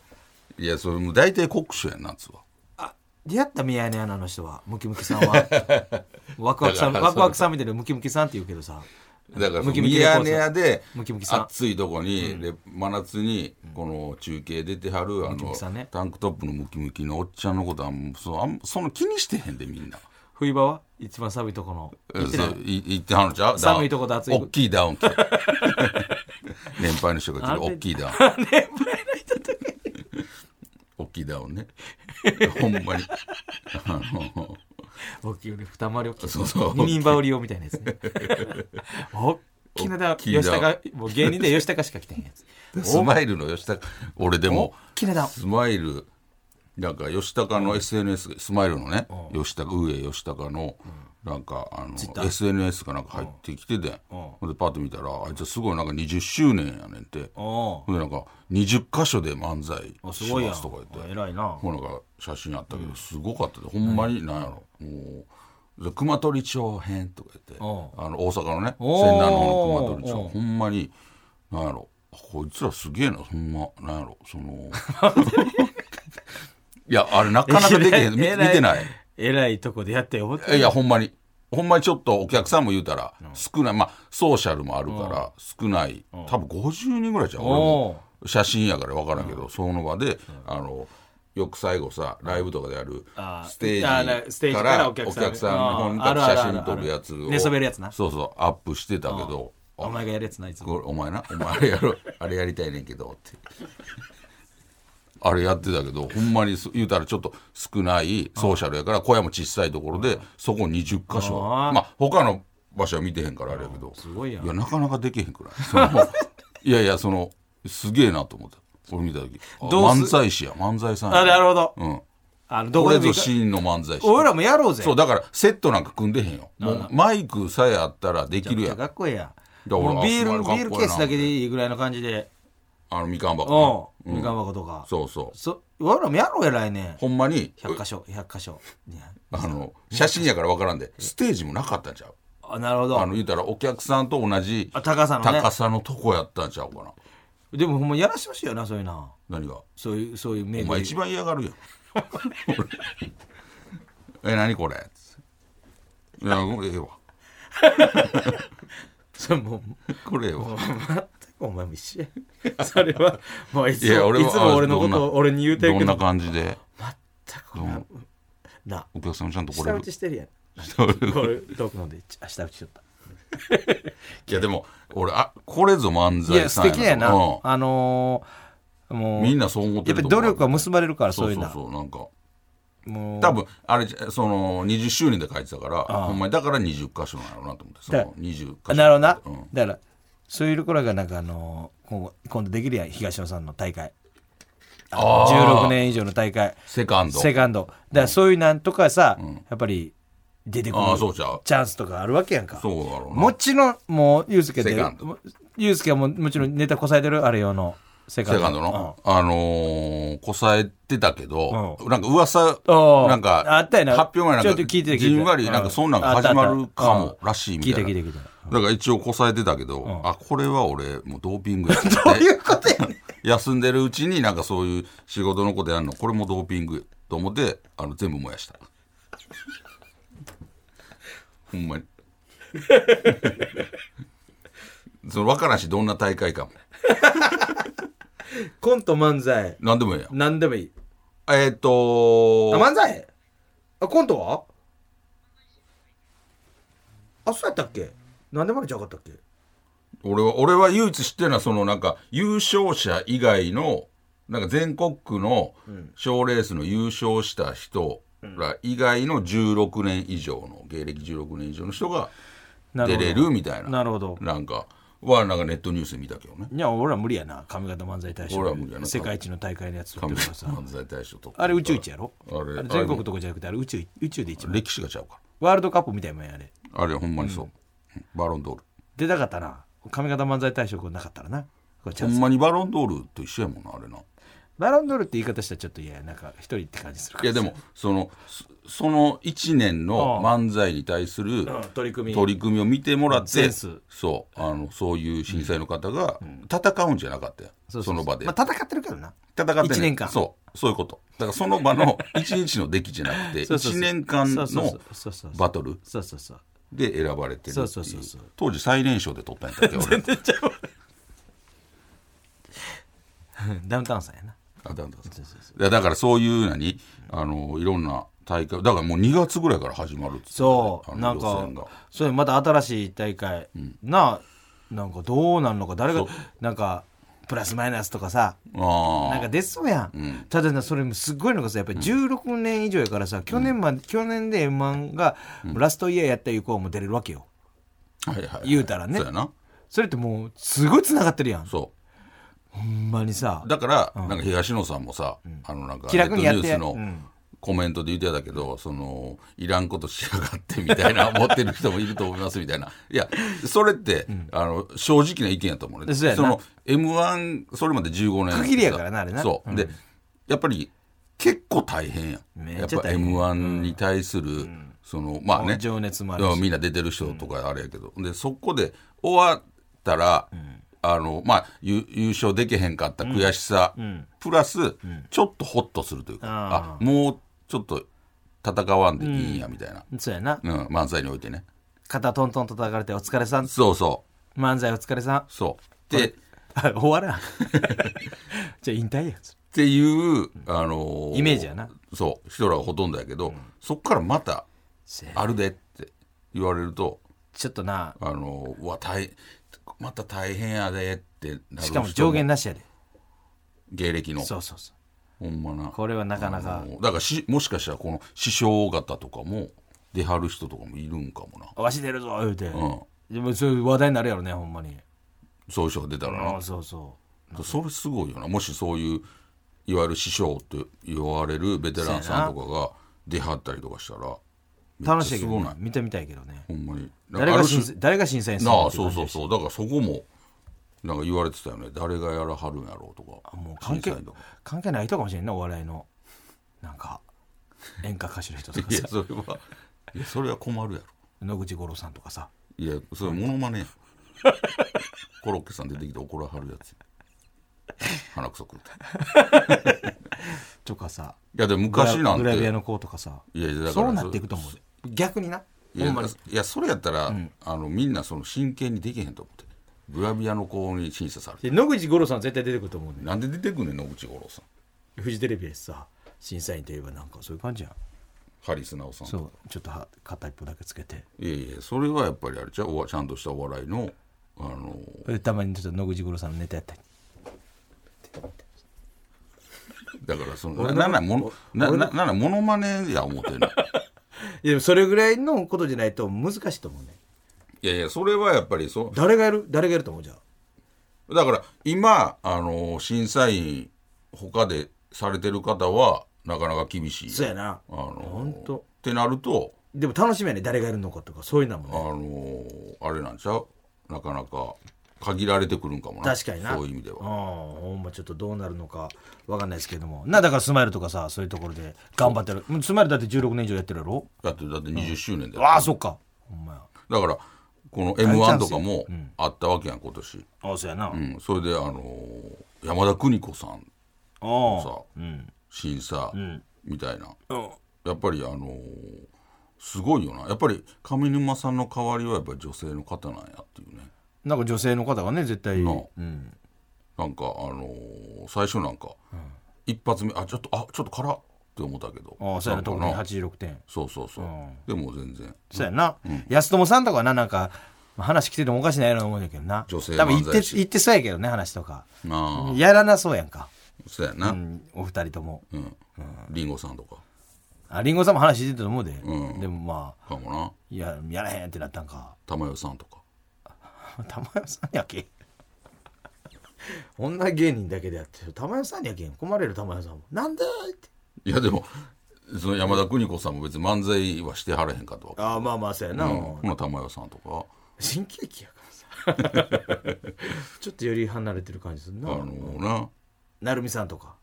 [SPEAKER 5] いやそれもう大体酷暑やん夏は
[SPEAKER 4] あ出会った宮根アナの人はムキムキさんは ワクワクさん
[SPEAKER 5] だから
[SPEAKER 4] ワクワクさんみたいなムキムキさんって言うけどさ
[SPEAKER 5] だからそ
[SPEAKER 4] ム
[SPEAKER 5] の
[SPEAKER 4] キムキ
[SPEAKER 5] ミ
[SPEAKER 4] レポート
[SPEAKER 5] ヤネ屋で
[SPEAKER 4] ムキムキさん
[SPEAKER 5] 暑いとこにレ真夏にこの中継出てはるあ
[SPEAKER 4] ムキムキさんね
[SPEAKER 5] のタンクトップのムキムキのおっちゃんのことはもうそうあんその気にしてへんでみんな
[SPEAKER 4] 冬場は一番寒いとこの行ってない
[SPEAKER 5] そうい言ってはるのちゃう
[SPEAKER 4] 寒いとこで暑い
[SPEAKER 5] 大きいダウン着て 年配の人が着る大き いダウン年配の人と大きいダウンねほんまにあの
[SPEAKER 4] 大きいより二回りを切
[SPEAKER 5] そうそう
[SPEAKER 4] 二人羽織用みたいなやつ ね大きなだ
[SPEAKER 5] 大きいな
[SPEAKER 4] 吉高もう芸人で吉高しか来てへんや つ
[SPEAKER 5] スマイルの吉高俺でも
[SPEAKER 4] 大きなだ
[SPEAKER 5] スマイルなんか吉高の SNS、スマイルのね、吉高上江吉高のなんかあの SNS かなんか入ってきてて、ほんでパッと見たらあいつすごいなんか20周年やねんって
[SPEAKER 4] お
[SPEAKER 5] ほんでなんか20箇所で漫才し
[SPEAKER 4] お
[SPEAKER 5] ます
[SPEAKER 4] すごいやん
[SPEAKER 5] とか言って
[SPEAKER 4] 偉いな
[SPEAKER 5] ほらなんか写真あったけどすごかったで、ほんまになんやろ、もうで熊取町編とか言って
[SPEAKER 4] う
[SPEAKER 5] あの大阪のね
[SPEAKER 4] おー
[SPEAKER 5] 仙台の方の熊取
[SPEAKER 4] うん
[SPEAKER 5] 町ほんまになんやろこいつらすげえなほんまなんやろそ のいやあれなかなかできへんみ見てない
[SPEAKER 4] 偉いとこでやってよ思って
[SPEAKER 5] いやほんまにほんまにちょっとお客さんも言うたら少ないまあソーシャルもあるから少ない多分50人ぐらいじゃん俺
[SPEAKER 4] お
[SPEAKER 5] も写真やから分からんけどその場であのよく最後さライブとかでやる
[SPEAKER 4] あー
[SPEAKER 5] ステ
[SPEAKER 4] あー
[SPEAKER 5] ー
[SPEAKER 4] ステージ
[SPEAKER 5] ジか
[SPEAKER 4] から
[SPEAKER 5] ら
[SPEAKER 4] お
[SPEAKER 5] お
[SPEAKER 4] 客
[SPEAKER 5] 客
[SPEAKER 4] さん
[SPEAKER 5] さんの方に
[SPEAKER 4] あーあるあるあ
[SPEAKER 5] 写
[SPEAKER 4] るあ
[SPEAKER 5] 真
[SPEAKER 4] る
[SPEAKER 5] 撮るやつを
[SPEAKER 4] 寝そべるやつな
[SPEAKER 5] そうそうアップしてたけどあ
[SPEAKER 4] お前がやるやつないつ
[SPEAKER 5] これお前なお前あれやろ あれやりたいねんけどってあれやってたけどほんまにそ言うたらちょっと少ないソーシャルやから小屋も小さいところでそこ20箇所
[SPEAKER 4] あー
[SPEAKER 5] まあ他の場所は見てへんからあれやけど
[SPEAKER 4] すごいやん
[SPEAKER 5] やなかなかできへんくらい そのいやいやそのすげえなと思った俺見た時あ
[SPEAKER 4] どうす
[SPEAKER 5] 漫才師や漫才さんや
[SPEAKER 4] あなるほど
[SPEAKER 5] うん
[SPEAKER 4] あのど
[SPEAKER 5] こ
[SPEAKER 4] こで
[SPEAKER 5] れ
[SPEAKER 4] もい
[SPEAKER 5] ぞ
[SPEAKER 4] いか
[SPEAKER 5] シーンの漫才師
[SPEAKER 4] 俺らもやろうぜ
[SPEAKER 5] そうだからセットなんか組んでへんよもうマイクさえあったらできる
[SPEAKER 4] めっち
[SPEAKER 5] や
[SPEAKER 4] ゃか
[SPEAKER 5] ん
[SPEAKER 4] っこいいやん
[SPEAKER 5] だから
[SPEAKER 4] もうビー
[SPEAKER 5] あ
[SPEAKER 4] ル
[SPEAKER 5] す
[SPEAKER 4] ビ
[SPEAKER 5] ごいかっこいいな
[SPEAKER 4] ールケースだけでいいぐらいの感じで
[SPEAKER 5] あのみかん
[SPEAKER 4] うん
[SPEAKER 5] 箱な
[SPEAKER 4] みかん箱とか
[SPEAKER 5] そうそう
[SPEAKER 4] そ俺らもやろうや来年
[SPEAKER 5] ほんまに
[SPEAKER 4] 100箇所100箇所 ね
[SPEAKER 5] あの写真やから分からんでステージもなかったんちゃう
[SPEAKER 4] あなるほど
[SPEAKER 5] あの言うたらお客さんと同じ
[SPEAKER 4] あ高さのね
[SPEAKER 5] 高さのとこやったんちゃうかな
[SPEAKER 4] でもほんまやらしてほしいよなそういうな
[SPEAKER 5] 何が
[SPEAKER 4] そういうそういう名
[SPEAKER 5] お前一番嫌がるやん え何これつっていやこれええわ
[SPEAKER 4] それもう
[SPEAKER 5] これえ えわ
[SPEAKER 4] 全くお前も一緒や それはもういつ
[SPEAKER 5] いや
[SPEAKER 4] も
[SPEAKER 5] 俺
[SPEAKER 4] い
[SPEAKER 5] は
[SPEAKER 4] つも俺の
[SPEAKER 5] あど
[SPEAKER 4] こ
[SPEAKER 5] んな
[SPEAKER 4] とを俺に言うてる
[SPEAKER 5] ど
[SPEAKER 4] け
[SPEAKER 5] んな
[SPEAKER 4] ど
[SPEAKER 5] 感じで
[SPEAKER 4] 全くお前
[SPEAKER 5] ど
[SPEAKER 4] な
[SPEAKER 5] お客さんもちゃんとこ
[SPEAKER 4] 下
[SPEAKER 5] れ
[SPEAKER 4] 打ちして るやん
[SPEAKER 5] 下打ち
[SPEAKER 4] 俺トークのであ下打ちしちゃった
[SPEAKER 5] いやでも俺あこれぞ漫
[SPEAKER 4] いや
[SPEAKER 5] 才
[SPEAKER 4] 素
[SPEAKER 5] さん
[SPEAKER 4] 敵やな
[SPEAKER 5] うん
[SPEAKER 4] あのーもう
[SPEAKER 5] みんなそう思って
[SPEAKER 10] やっぱり
[SPEAKER 5] ると
[SPEAKER 10] 努
[SPEAKER 5] 思う
[SPEAKER 10] 力は結ばれるから、そう
[SPEAKER 5] そ
[SPEAKER 10] いうう
[SPEAKER 5] そ
[SPEAKER 10] な。
[SPEAKER 5] うそうなんか
[SPEAKER 4] もう
[SPEAKER 5] 多分あれその20周年で書いてたからほんまにだから20箇所なのなと思ってそ
[SPEAKER 4] だ
[SPEAKER 5] の20箇所
[SPEAKER 4] あなるほどな、
[SPEAKER 5] うん
[SPEAKER 4] だからそういうところがなんかあの今後今度できるやん東野さんの大会
[SPEAKER 5] あー
[SPEAKER 4] 16年以上の大会
[SPEAKER 5] セカンド
[SPEAKER 4] セカンドだからそういうなんとかさ、やっぱり出てくる
[SPEAKER 5] あーそうちゃう
[SPEAKER 4] チャンスとかあるわけやんか
[SPEAKER 5] そうだろうな
[SPEAKER 4] もちろんもうユうスケで
[SPEAKER 5] セカンド
[SPEAKER 4] ユうスケはもうもちろんネタこさえてるあれ用のセカン
[SPEAKER 5] セ
[SPEAKER 4] ド
[SPEAKER 5] カンドの、あのーこさえてたけど、
[SPEAKER 4] う
[SPEAKER 5] なんか噂
[SPEAKER 4] おー
[SPEAKER 5] なんか
[SPEAKER 4] あったよな
[SPEAKER 5] 発表前なん
[SPEAKER 4] ち
[SPEAKER 5] か
[SPEAKER 4] ょっと聞いてた聞いてた
[SPEAKER 5] じんわりなん
[SPEAKER 4] う
[SPEAKER 5] か
[SPEAKER 4] ん
[SPEAKER 5] そんなんが始まるか
[SPEAKER 4] あったあっ
[SPEAKER 5] も
[SPEAKER 4] た
[SPEAKER 5] らしいみたいな
[SPEAKER 4] 聞いて聞いて聞いて
[SPEAKER 5] だから一応こさえてたけど、あこれは俺もうドーピングやっ て
[SPEAKER 4] うんどういうことやねん
[SPEAKER 5] 休んでるうちになんかそういう仕事のことやるのこれもドーピングと思ってあの全部燃やした ほんまに その分からんしどんな大会かも
[SPEAKER 4] コント漫才
[SPEAKER 5] 何でもええやん
[SPEAKER 4] 何でもいい
[SPEAKER 5] えーっ、と
[SPEAKER 4] あ漫才あコントはあそうやったっけ何でもあるじゃなかったっけ
[SPEAKER 5] 俺は俺は唯一知ってるのはそのなんか優勝者以外のなんか全国区の賞レースの優勝した人ら以外の16年以上の芸歴16年以上の人が
[SPEAKER 4] な
[SPEAKER 5] 出れるみたいな
[SPEAKER 4] なるほど
[SPEAKER 5] なんかはなんかネットニュースで見たけどね
[SPEAKER 4] いや俺は無理やな髪型漫才大賞
[SPEAKER 5] 俺は無理やな
[SPEAKER 4] 世界一の大会のやつ取っ
[SPEAKER 5] 神
[SPEAKER 4] てるか
[SPEAKER 5] 様
[SPEAKER 4] らさ
[SPEAKER 5] 漫才大賞と
[SPEAKER 4] あれ宇宙一やろ
[SPEAKER 5] あれ
[SPEAKER 4] あれ全国とかじゃなくてあれ宇宙宇宙で一番
[SPEAKER 5] 歴史がちゃうか
[SPEAKER 4] ワールドカップみたいなもんやあれ
[SPEAKER 5] らあれほんまにそう、うんバロンドール
[SPEAKER 4] 出たかったな髪型漫才大賞これなかったらなこれチャ
[SPEAKER 5] ほ
[SPEAKER 4] ン
[SPEAKER 5] ん
[SPEAKER 4] ス
[SPEAKER 5] まにバロンドールと一緒やもんなあれな
[SPEAKER 4] バロンドールって言い方したらちょっと嫌やなんか一人って感じするか
[SPEAKER 5] い
[SPEAKER 4] ら
[SPEAKER 5] やでもそのそその1年の漫才に対す
[SPEAKER 4] う
[SPEAKER 5] る
[SPEAKER 4] ん取り組み
[SPEAKER 5] 取り組みを見てもらっ
[SPEAKER 4] セ
[SPEAKER 5] て
[SPEAKER 4] ンス
[SPEAKER 5] そうあのそういう震災の方が戦うんじゃなかったよ、
[SPEAKER 4] うう
[SPEAKER 5] その場で、
[SPEAKER 4] まあ戦ってるけどな
[SPEAKER 5] 戦ってね
[SPEAKER 4] 一年間
[SPEAKER 5] そうそういうことだからその場の一日の出来じゃなく て
[SPEAKER 4] そうそうそう
[SPEAKER 5] 一年間
[SPEAKER 4] そうそう
[SPEAKER 5] の
[SPEAKER 4] そうそうそう
[SPEAKER 5] バトル
[SPEAKER 4] そうそうそう
[SPEAKER 5] で選ばれてるってい
[SPEAKER 4] そううそうそうそう
[SPEAKER 5] 当時最年少で取ったんやった っけ俺
[SPEAKER 4] ダウンタウンさんやな
[SPEAKER 5] あだんだんいやだからそういうなにあのいろんな大会だからもう2月ぐらいから始まるっつってたね
[SPEAKER 4] そう
[SPEAKER 5] あ
[SPEAKER 4] なん
[SPEAKER 5] の予
[SPEAKER 4] か
[SPEAKER 5] 選が
[SPEAKER 4] それまた新しい大会、なあなんかどうなんのか誰が
[SPEAKER 5] そう
[SPEAKER 4] なんかプラスマイナスとかさ
[SPEAKER 5] ああ
[SPEAKER 4] なんか出そうやん、ただなそれもすっごいのがさやっぱり16年以上やからさ、去年まで去年で m 1がラストイヤーやった以降も出れるわけよ
[SPEAKER 5] はいはいはい
[SPEAKER 4] 言うたらね
[SPEAKER 5] そうやな
[SPEAKER 4] それってもうすごいつながってるやんほ
[SPEAKER 5] そ
[SPEAKER 4] んまにさ
[SPEAKER 5] うだから、なんか東野さんもさ、あのなんか
[SPEAKER 4] 気楽にやって
[SPEAKER 5] ネットニュースのコメントで言ってたけど、そのいらんことしやがってみたいな思ってる人もいると思いますみたいないやそれって、あの正直な意見やと思うね
[SPEAKER 4] そうやな
[SPEAKER 5] の m 1それまで15年
[SPEAKER 4] 区切りやからなあれな
[SPEAKER 5] そう、でやっぱり結構大変やん
[SPEAKER 4] め
[SPEAKER 5] や
[SPEAKER 4] っ
[SPEAKER 5] っ
[SPEAKER 4] ちゃ
[SPEAKER 5] ぱ
[SPEAKER 4] 大変
[SPEAKER 5] m 1に対する、そのまあね
[SPEAKER 4] 情熱もあるし
[SPEAKER 5] うんみんな出てる人とかあれやけど、でそこで終わったら、あのまあゆ優勝できへんかった悔しさ、プラス、ちょっとホッとするというかあもうちょっと戦わんでいいんやみたいな、
[SPEAKER 4] そうやな
[SPEAKER 5] うん漫才においてね
[SPEAKER 4] 肩トントン叩かれて「お疲れさん
[SPEAKER 5] そうそ」
[SPEAKER 4] 「漫才お疲れさん
[SPEAKER 5] うそうでっ」
[SPEAKER 4] あ終わ らんじゃあ引退やつ
[SPEAKER 5] ていう、あの
[SPEAKER 4] イメージやな
[SPEAKER 5] そう人らがほとんどやけど、そっからまた
[SPEAKER 4] せ
[SPEAKER 5] あるでって言われると
[SPEAKER 4] ちょっとな
[SPEAKER 5] あのうわ大また大変やでってなる
[SPEAKER 4] しかも上限
[SPEAKER 5] な
[SPEAKER 4] なしやで
[SPEAKER 5] 芸歴の
[SPEAKER 4] そうそうそう
[SPEAKER 5] ほんまな
[SPEAKER 4] これはなかなか
[SPEAKER 5] あのだからしもしかしたらこの師匠方とかも出はる人とかもいるんかもな
[SPEAKER 4] わし出るぞ言うて、
[SPEAKER 5] う
[SPEAKER 4] でもそういう話題になるやろねほんまに
[SPEAKER 5] そういう人が出たら
[SPEAKER 4] あ
[SPEAKER 5] な
[SPEAKER 4] あそうそう
[SPEAKER 5] それすごいよなもしそういういわゆる師匠って言われるベテランさんとかが出はったりとかしたら
[SPEAKER 4] 楽しいけど、
[SPEAKER 5] めっちゃすごな
[SPEAKER 4] ね、見てみたいけどね
[SPEAKER 5] ほんまに
[SPEAKER 4] 誰
[SPEAKER 5] あ
[SPEAKER 4] が
[SPEAKER 5] る
[SPEAKER 4] 審
[SPEAKER 5] 種
[SPEAKER 4] 査誰が審査員する
[SPEAKER 5] な
[SPEAKER 4] の
[SPEAKER 5] あ
[SPEAKER 4] ってい
[SPEAKER 5] そう
[SPEAKER 4] 感
[SPEAKER 5] う
[SPEAKER 4] じ
[SPEAKER 5] そう
[SPEAKER 4] やし
[SPEAKER 5] そうだからそこもなんか言われてたよね誰がやらはるんやろうとか
[SPEAKER 4] もう関係
[SPEAKER 5] 審査員とか
[SPEAKER 4] 関係ない人かもしれんなお笑いのなんか演歌歌手の人とか
[SPEAKER 5] いや
[SPEAKER 4] さ
[SPEAKER 5] それはいやそれは困るやろ
[SPEAKER 4] 野口五郎さんとかさ
[SPEAKER 5] いやそれモノマネやんコロッケさん出てきて怒らはるやつ鼻くそくって
[SPEAKER 4] とかさ
[SPEAKER 5] いやでも昔なんて
[SPEAKER 4] グラグラビアの子とかさ
[SPEAKER 5] いやいやだから
[SPEAKER 4] そうなっていくと思うで逆にない
[SPEAKER 5] やいやそれやったら、あのみんなその真剣にできへんと思ってグラビアの子に審査されて
[SPEAKER 4] で野口五郎さん絶対出てくると思うね
[SPEAKER 5] なんで出てくんねん野口五郎さん
[SPEAKER 4] フジテレビでさ審査員といえばなんかそういう感じやん
[SPEAKER 5] ハリスナオさん
[SPEAKER 4] そうちょっとは片一方だけつけて
[SPEAKER 5] いやいやそれはやっぱりあれちゃうおわちゃんとしたお笑いのあの
[SPEAKER 4] でたまにちょっと野口五郎さんのネタやったり
[SPEAKER 5] だからそのななんなんものなななんなんモノマネや思ってんの
[SPEAKER 4] いやでもそれぐらいのことじゃないと難しいと思うね
[SPEAKER 5] いやいやそれはやっぱりそ
[SPEAKER 4] 誰がやる誰がやると思うじゃあ
[SPEAKER 5] うだから今あの審査員他でされてる方はなかなか厳しい
[SPEAKER 4] そうやな
[SPEAKER 5] あの
[SPEAKER 4] 本当
[SPEAKER 5] ってなると
[SPEAKER 4] でも楽しみやね誰がやるのかとかそういうのも
[SPEAKER 5] あ
[SPEAKER 4] ね
[SPEAKER 5] のあれなんちゃうなかなか限られてくるんかもな
[SPEAKER 4] 確かにな
[SPEAKER 5] そういう意味では
[SPEAKER 4] うんほんまちょっとどうなるのかわかんないですけどもなだからスマイルとかさそういうところで頑張ってるスマイルだって16年以上やってるやろ
[SPEAKER 5] だってだって20周年だよ、
[SPEAKER 4] ああそっかほんまや
[SPEAKER 5] だからこの
[SPEAKER 4] 大
[SPEAKER 5] m
[SPEAKER 4] チャ
[SPEAKER 5] 1
[SPEAKER 4] ン
[SPEAKER 5] と
[SPEAKER 4] スよ
[SPEAKER 5] かもあったわけやん今年、
[SPEAKER 4] ああそうやな、
[SPEAKER 5] うん、それであの山田邦子さん
[SPEAKER 4] ああ
[SPEAKER 5] さ、審査みたいな、やっぱりあのーすごいよなやっぱり上沼さんの代わりはやっぱり女性の方なんやっていうね
[SPEAKER 4] なんか女性の方がね絶対、
[SPEAKER 5] のなんかあのー最初なんか、一発目あちょっとあちょっと辛っって思ったけど
[SPEAKER 4] ああそうやな特に
[SPEAKER 5] なんかな
[SPEAKER 4] 86点
[SPEAKER 5] そうそうそう、でも全然
[SPEAKER 4] そうやな、安友さんとかななんかまあ話来ててもおかしないような思うんだけどな
[SPEAKER 5] 女性
[SPEAKER 4] 多分言
[SPEAKER 5] 漫
[SPEAKER 4] っ
[SPEAKER 5] 才
[SPEAKER 4] て
[SPEAKER 5] 師
[SPEAKER 4] 言ってそうやけどね話とか
[SPEAKER 5] なあ
[SPEAKER 4] やらなそうやんか、
[SPEAKER 5] そうやな、う
[SPEAKER 4] うんん、お二人とも
[SPEAKER 5] リンゴさんとか
[SPEAKER 4] あリンゴさんも話してたと思うで、
[SPEAKER 5] うん
[SPEAKER 4] でもまあ
[SPEAKER 5] かもない
[SPEAKER 4] ややらへんってなったんか
[SPEAKER 5] 玉代さんとか
[SPEAKER 4] 玉代さんやけ女芸人だけでやってる玉代さんやけん困れる玉代さんもなんでって
[SPEAKER 5] いやでもその山田邦子さんも別に漫才はしてはれへんかったわけ
[SPEAKER 4] ああまあまあそうやな、
[SPEAKER 5] うんほな玉代さんとか
[SPEAKER 4] 新喜劇やからさ ちょっとより離れてる感じするな、
[SPEAKER 5] あのーな
[SPEAKER 4] なるみさんとか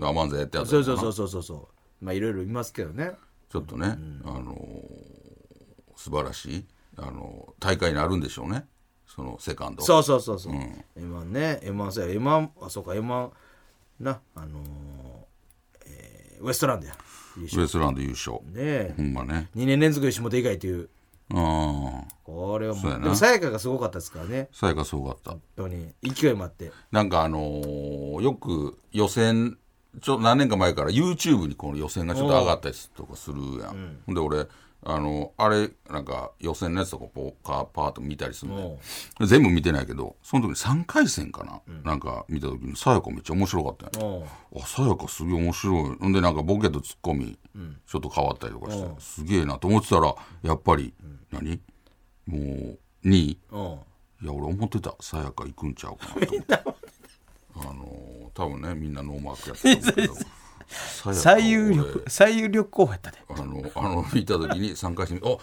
[SPEAKER 5] あ漫才やってやった
[SPEAKER 4] そ
[SPEAKER 5] り
[SPEAKER 4] う
[SPEAKER 5] とか
[SPEAKER 4] そ
[SPEAKER 5] な
[SPEAKER 4] うそうそうそうそうまあいろいろいますけどね
[SPEAKER 5] ちょっとね、あのー素晴らしい、あのー大会になるんでしょうねそのセカンド
[SPEAKER 4] そうそうそうそう、M1 ね M1 そうや M1 あそうか M1 なあのーえーウエストランドや優
[SPEAKER 5] ウ
[SPEAKER 4] 勝
[SPEAKER 5] エストランド優勝、
[SPEAKER 4] ねえ、
[SPEAKER 5] ほんまね
[SPEAKER 4] 2年連続吉本以外という
[SPEAKER 5] うん
[SPEAKER 4] これはも
[SPEAKER 5] そう
[SPEAKER 4] う
[SPEAKER 5] やな
[SPEAKER 4] でもさやかがすごかったですからね
[SPEAKER 5] さやかすごかった
[SPEAKER 4] 本当に勢いもあって
[SPEAKER 5] なんかあのーよく予選ちょ何年か前から YouTube にこの予選がちょっと上がったりとかするやん、ほんで俺あのあれなんか予選のやつとかポーカーパート見たりするね全部見てないけどその時に3回戦かな、なんか見た時にさやかめっちゃ面白かったやん
[SPEAKER 4] うん
[SPEAKER 5] あさやかすげえ面白いほんでなんかボケとツッコミちょっと変わったりとかして、すげえなと思ってたらやっぱり、何もう2位
[SPEAKER 4] うん
[SPEAKER 5] いや俺思ってたさやか行くんちゃうか なと思ってあのー多分ねみんなノーマークやってたと思うけ ど
[SPEAKER 4] 最有力最有力候補やったで
[SPEAKER 5] 俺あのあの見た時に参加してみあ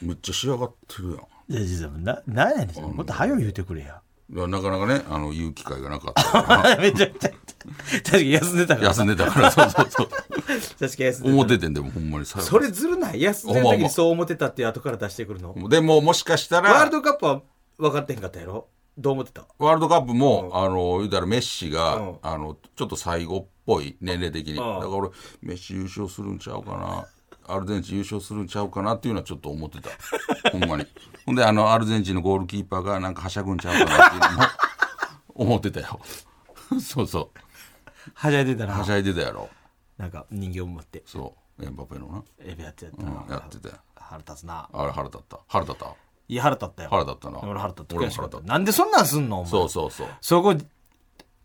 [SPEAKER 5] めっちゃ仕上がってるやん
[SPEAKER 4] いや実はななんやねんもっと早う言うてくれや
[SPEAKER 5] いやなかなかねあの言う機会がなかったから
[SPEAKER 4] めちゃくちゃ確かに休んで たから
[SPEAKER 5] 休んでたからそうそうそう
[SPEAKER 4] 確かに休んでた
[SPEAKER 5] 思っててんでもほんまにさやか
[SPEAKER 4] それずるない休んでる
[SPEAKER 5] ほ
[SPEAKER 4] 時
[SPEAKER 5] んまほんま
[SPEAKER 4] にそう思ってたって後から出してくるの
[SPEAKER 5] でももしかしたら
[SPEAKER 4] ワールドカップは分かってへんかったやろどう思ってた
[SPEAKER 5] ワールドカップも、あの言うたらメッシが、
[SPEAKER 4] うん
[SPEAKER 5] あのちょっと最後っぽい年齢的に、だから俺メッシ優勝するんちゃうかなアルゼンチン優勝するんちゃうかなっていうのはちょっと思って たほんまにほんであのアルゼンチンのゴールキーパーがなんかはしゃぐんちゃうかなっていうのも思って たよそうそ
[SPEAKER 4] はしゃいでた
[SPEAKER 5] うは
[SPEAKER 4] な
[SPEAKER 5] しゃいでたやろ
[SPEAKER 4] なんか人形持って
[SPEAKER 5] そうエンバペのな、
[SPEAKER 4] エビやってやっ
[SPEAKER 5] う
[SPEAKER 4] た
[SPEAKER 5] ん
[SPEAKER 4] な、
[SPEAKER 5] やってたよ
[SPEAKER 4] 腹立つな
[SPEAKER 5] あれ腹立った腹立った
[SPEAKER 4] いや腹立ったよ
[SPEAKER 5] 腹立ったな
[SPEAKER 4] 俺腹立った
[SPEAKER 5] 俺
[SPEAKER 4] 悔
[SPEAKER 5] も
[SPEAKER 4] しか
[SPEAKER 5] 腹
[SPEAKER 4] っ
[SPEAKER 5] 立
[SPEAKER 4] た
[SPEAKER 5] った
[SPEAKER 4] なんでそんなんすんのお前
[SPEAKER 5] そうそうそう
[SPEAKER 4] そこ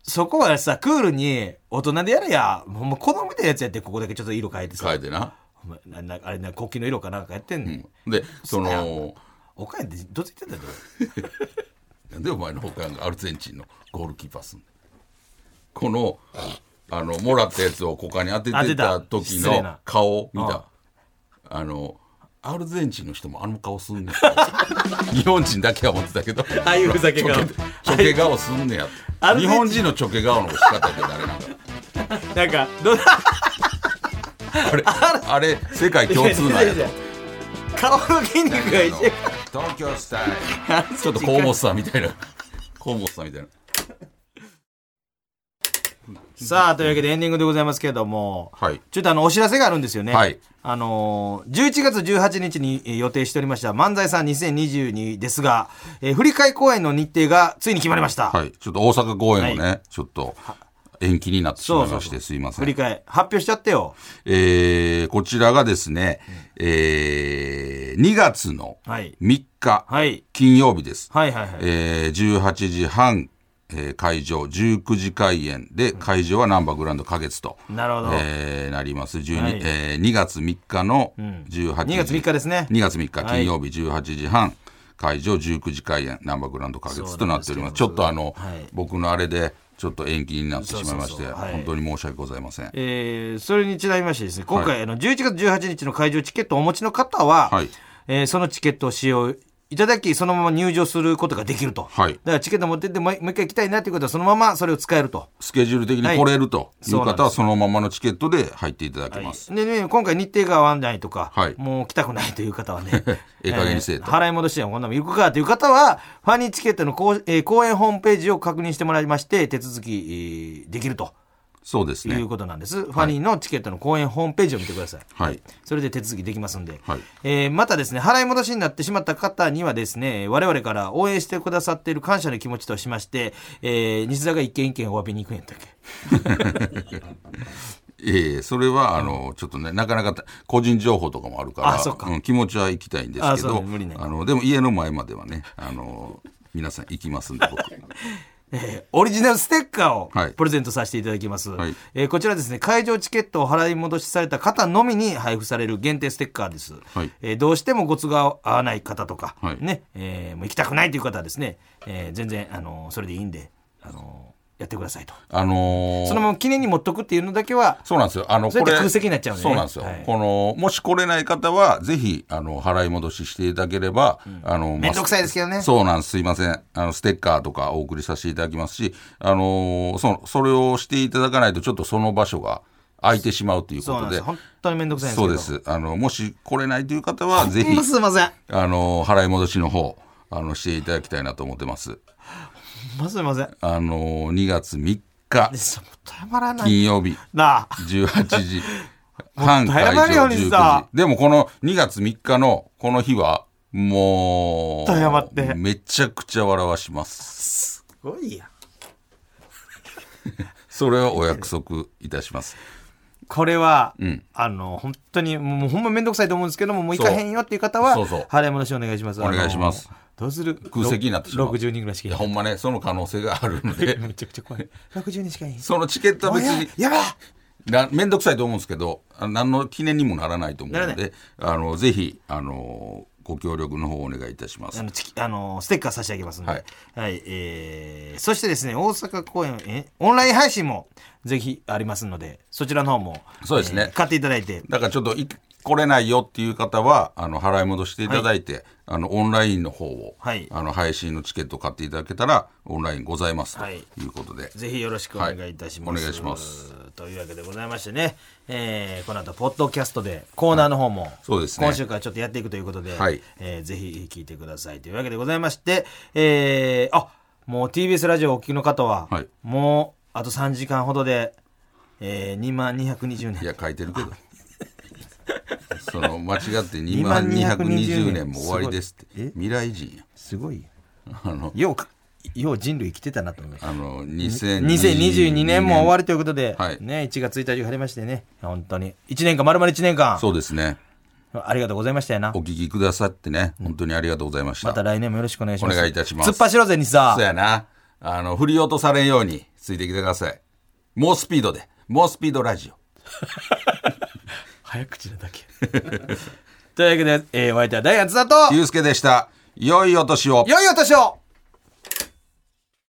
[SPEAKER 4] そこはさクールに大人でやれやほんま子供みたいなやつやってここだけちょっと色変えてさ
[SPEAKER 5] 変えてな、
[SPEAKER 4] お前ななあれな国旗の色かなんかやってんの、
[SPEAKER 5] うん、でその
[SPEAKER 4] おかんってどついてんだよ
[SPEAKER 5] なんでお前の保管がアルゼンチンのゴールキーパーすんねんこのあのもらったやつを股間に当て
[SPEAKER 4] 当
[SPEAKER 5] て
[SPEAKER 4] てた
[SPEAKER 5] た時
[SPEAKER 4] 失礼
[SPEAKER 5] の
[SPEAKER 4] な
[SPEAKER 5] 顔見たあのアルゼンチンの人もあの顔すんねん 日本人だけは思ってたけど
[SPEAKER 4] ああいうふざけ顔
[SPEAKER 5] ほらちょちょけ顔すんねや
[SPEAKER 4] ア
[SPEAKER 5] って
[SPEAKER 4] ルゼン
[SPEAKER 5] 日
[SPEAKER 4] チン
[SPEAKER 5] 本人のちょけ顔の仕方って誰なんか
[SPEAKER 4] なんかどんな
[SPEAKER 5] あれあれ世界共通なんやと
[SPEAKER 4] 顔の筋肉が一緒
[SPEAKER 5] 東京スタイルちょっと河本さんみたいな河本さんみたいな
[SPEAKER 4] さあというわけでエンディングでございますけれども、
[SPEAKER 5] はい
[SPEAKER 4] ちょっとあのお知らせがあるんですよね、
[SPEAKER 5] はい
[SPEAKER 4] あのー11月18日にえー予定しておりました「漫才さん2022」ですが、えー振り替え公演の日程がついに決まりました、
[SPEAKER 5] はい、ちょっと大阪公演をね、ちょっと延期になってしまいまして、すいませ
[SPEAKER 4] 振り
[SPEAKER 5] ん。
[SPEAKER 4] 替え発表しちゃってよ
[SPEAKER 5] えー、こちらがですね、えー、2月の
[SPEAKER 4] はい
[SPEAKER 5] 3日、
[SPEAKER 4] はい
[SPEAKER 5] 金曜日です。
[SPEAKER 4] はいはいはい
[SPEAKER 5] えー、18時半えー会場19時開演で会場はナンバーグランド花月と、
[SPEAKER 4] なるほど
[SPEAKER 5] えーなります12、
[SPEAKER 4] はい
[SPEAKER 5] えー2月3日の18時、
[SPEAKER 4] 2月3日ですね
[SPEAKER 5] 2月3日金曜日18時半、会場19時開演ナンバーグランド花月となっておりますちょっとあの、
[SPEAKER 4] はい
[SPEAKER 5] 僕のあれでちょっと延期になってしまいまして
[SPEAKER 4] そうそうそうはい
[SPEAKER 5] 本当に申し訳ございません、
[SPEAKER 4] えーそれにちなみましてですね今回、
[SPEAKER 5] はい
[SPEAKER 4] あの11月18日の会場チケットをお持ちの方は、
[SPEAKER 5] はい
[SPEAKER 4] えーそのチケットを使用いただきそのまま入場することができると、
[SPEAKER 5] はい
[SPEAKER 4] だからチケット持ってってもうもう一回行きたいなということはそのままそれを使えると。
[SPEAKER 5] スケジュール的に来れるという
[SPEAKER 4] はいそうなん
[SPEAKER 5] 方
[SPEAKER 4] で
[SPEAKER 5] は
[SPEAKER 4] す
[SPEAKER 5] そのままのチケットで入っていただけます、
[SPEAKER 4] でね、今回日程が合わないとか、
[SPEAKER 5] はい、
[SPEAKER 4] もう来たくないという方はね
[SPEAKER 5] ええ加減にせえと
[SPEAKER 4] ー払い戻しやこんなもん行くかという方は、ファニーチケットの公,、えー公演ホームページを確認してもらいまして、手続き、えーできると
[SPEAKER 5] そうです
[SPEAKER 4] い
[SPEAKER 5] ね
[SPEAKER 4] うことなんです。ファニーのチケットの公演ホームページを見てください。
[SPEAKER 5] はい
[SPEAKER 4] それで手続きできますんで、
[SPEAKER 5] はい
[SPEAKER 4] えーまたですね払い戻しになってしまった方にはですね我々から応援してくださっている感謝の気持ちとしまして、えー西田が一軒一軒お詫びに行くんやったっけ
[SPEAKER 5] ええそれはあのちょっとねなかなかた個人情報とかもあるから
[SPEAKER 4] あそうか
[SPEAKER 5] ん、気持ちは行きたいんです
[SPEAKER 4] あ
[SPEAKER 5] け
[SPEAKER 4] そう
[SPEAKER 5] ど
[SPEAKER 4] ね無理ね
[SPEAKER 5] のでも家の前まではねあの皆さん行きますんで僕
[SPEAKER 4] えーオリジナルステッカ
[SPEAKER 5] は
[SPEAKER 4] ー
[SPEAKER 5] い
[SPEAKER 4] をプレゼントさせていただきます、
[SPEAKER 5] はい
[SPEAKER 4] えーこちらですね会場チケットを払い戻しされた方のみに配布される限定ステッカーです、
[SPEAKER 5] はい
[SPEAKER 4] えーどうしてもご都合合わない方とか、
[SPEAKER 5] はい
[SPEAKER 4] ねえーもう行きたくないという方はですね、えー全然、あのーそれでいいんで、あのーやってくださいと
[SPEAKER 5] あのー
[SPEAKER 4] そのまま記念に持っとくっていうのだけは
[SPEAKER 5] そうなんですよ。あの、
[SPEAKER 4] そうやって
[SPEAKER 5] これ
[SPEAKER 4] 空席になっちゃうんでね
[SPEAKER 5] そうなんですよ。
[SPEAKER 4] はい
[SPEAKER 5] この、もし来れない方は、ぜひ、あの、払い戻ししていただければ、あの、
[SPEAKER 4] めんどくさいですけどね
[SPEAKER 5] そうなんです。すいません。あの、ステッカーとかお送りさせていただきますし、あのー、そ、それをしていただかないと、ちょっとその場所が空いてしまうという
[SPEAKER 4] そう
[SPEAKER 5] こ
[SPEAKER 4] なん
[SPEAKER 5] と
[SPEAKER 4] で
[SPEAKER 5] で。
[SPEAKER 4] す。本当に面倒くさいんです
[SPEAKER 5] そ
[SPEAKER 4] け
[SPEAKER 5] う
[SPEAKER 4] ど。
[SPEAKER 5] で。す。あの、もし来れないという方は、ぜひ、
[SPEAKER 4] すいません。
[SPEAKER 5] あの、払い戻しの方、あの、していただきたいなと思ってます。
[SPEAKER 4] ほんますいません。
[SPEAKER 5] あの、2月3日
[SPEAKER 4] で、さ、もったいまらない。
[SPEAKER 5] 金曜日。
[SPEAKER 4] なあ。
[SPEAKER 5] 18時 半
[SPEAKER 4] もう
[SPEAKER 5] 会
[SPEAKER 4] 謝るよ
[SPEAKER 5] 場
[SPEAKER 4] うに
[SPEAKER 5] 19
[SPEAKER 4] さ
[SPEAKER 5] 時でもこの2月3日のこの日はもう
[SPEAKER 4] ちょっと謝って
[SPEAKER 5] めちゃくちゃ笑わしま
[SPEAKER 4] す
[SPEAKER 5] す
[SPEAKER 4] ごいや。
[SPEAKER 5] それはお約束いたします
[SPEAKER 4] これは、
[SPEAKER 5] ん
[SPEAKER 4] あの、本当に、もうほんまめんどくさいと思うんですけども、もう行かへんよっていう方は、
[SPEAKER 5] そうそうそう
[SPEAKER 4] 払い戻しお願いします。
[SPEAKER 5] お願いします
[SPEAKER 4] あの。どうする
[SPEAKER 5] 空席になってしまう
[SPEAKER 4] 60人ぐらいし
[SPEAKER 5] い
[SPEAKER 4] か
[SPEAKER 5] や
[SPEAKER 4] いな
[SPEAKER 5] ほんまねその可能性があるので
[SPEAKER 4] い。 めちゃくちゃ怖い。60人しかいん。
[SPEAKER 5] そのチケットは別に
[SPEAKER 4] やばい
[SPEAKER 5] なめんどくさいと思うんですけどあ何の記念にもならないと思うの
[SPEAKER 4] ならな
[SPEAKER 5] であのぜひあのご協力の方お願いいたします
[SPEAKER 4] あの、チキあのステッカー差し上げますので。
[SPEAKER 5] は
[SPEAKER 4] はいい。えーそしてですね、大阪公演、えオンライン配信もぜひありますので、そちらの方も、
[SPEAKER 5] そうですね
[SPEAKER 4] えー買っていただいて、
[SPEAKER 5] だからちょっとい来れないよっていう方はあの払い戻していただいて、あのオンラインの方を、
[SPEAKER 4] はい
[SPEAKER 5] あの配信のチケットを買っていただけたらオンラインございますと
[SPEAKER 4] はい
[SPEAKER 5] いうことで、
[SPEAKER 4] ぜひよろしくお願いいたします。
[SPEAKER 5] はいお願いします。
[SPEAKER 4] というわけでございましてね、えーこの後、ポッドキャストでコーナーの方も、
[SPEAKER 5] そうですね
[SPEAKER 4] 今週からちょっとやっていくということで、
[SPEAKER 5] はい
[SPEAKER 4] えーぜひ聞いてくださいというわけでございまして、えーあもう TBS ラジオをお聞きの方は、
[SPEAKER 5] はい
[SPEAKER 4] もうあと3時間ほどで、えー、2万220
[SPEAKER 5] い
[SPEAKER 4] 年。
[SPEAKER 5] や書いてるけど その間違って2万220年も終わりですっ
[SPEAKER 4] すごい
[SPEAKER 5] て
[SPEAKER 4] え
[SPEAKER 5] 未来人や
[SPEAKER 4] すごい。
[SPEAKER 5] あの
[SPEAKER 4] ようか、よう人類生きてたなと思います。
[SPEAKER 5] あの2022
[SPEAKER 4] 2022年も終わ
[SPEAKER 5] り
[SPEAKER 4] るということで、
[SPEAKER 5] はい
[SPEAKER 4] ね、1月1日が晴れましてね、本当に、1年間、丸々1年間、
[SPEAKER 5] そうですね
[SPEAKER 4] ありがとうございましたよな
[SPEAKER 5] お。聞きくださってね本当にありがとうございました、
[SPEAKER 4] また来年もよろしくお願いします。
[SPEAKER 5] お願いいたします
[SPEAKER 4] 突っ走ろうぜ、西
[SPEAKER 5] そう
[SPEAKER 4] 澤。
[SPEAKER 5] やな。あの、振り落とされんようについてきてください。猛スピードで。猛スピードラジオ。
[SPEAKER 4] 早 口なだけ。 というわけで、えー、お相手はダイアン津田と、
[SPEAKER 5] ゆうすけでした。良いお年を。
[SPEAKER 4] 良いお年を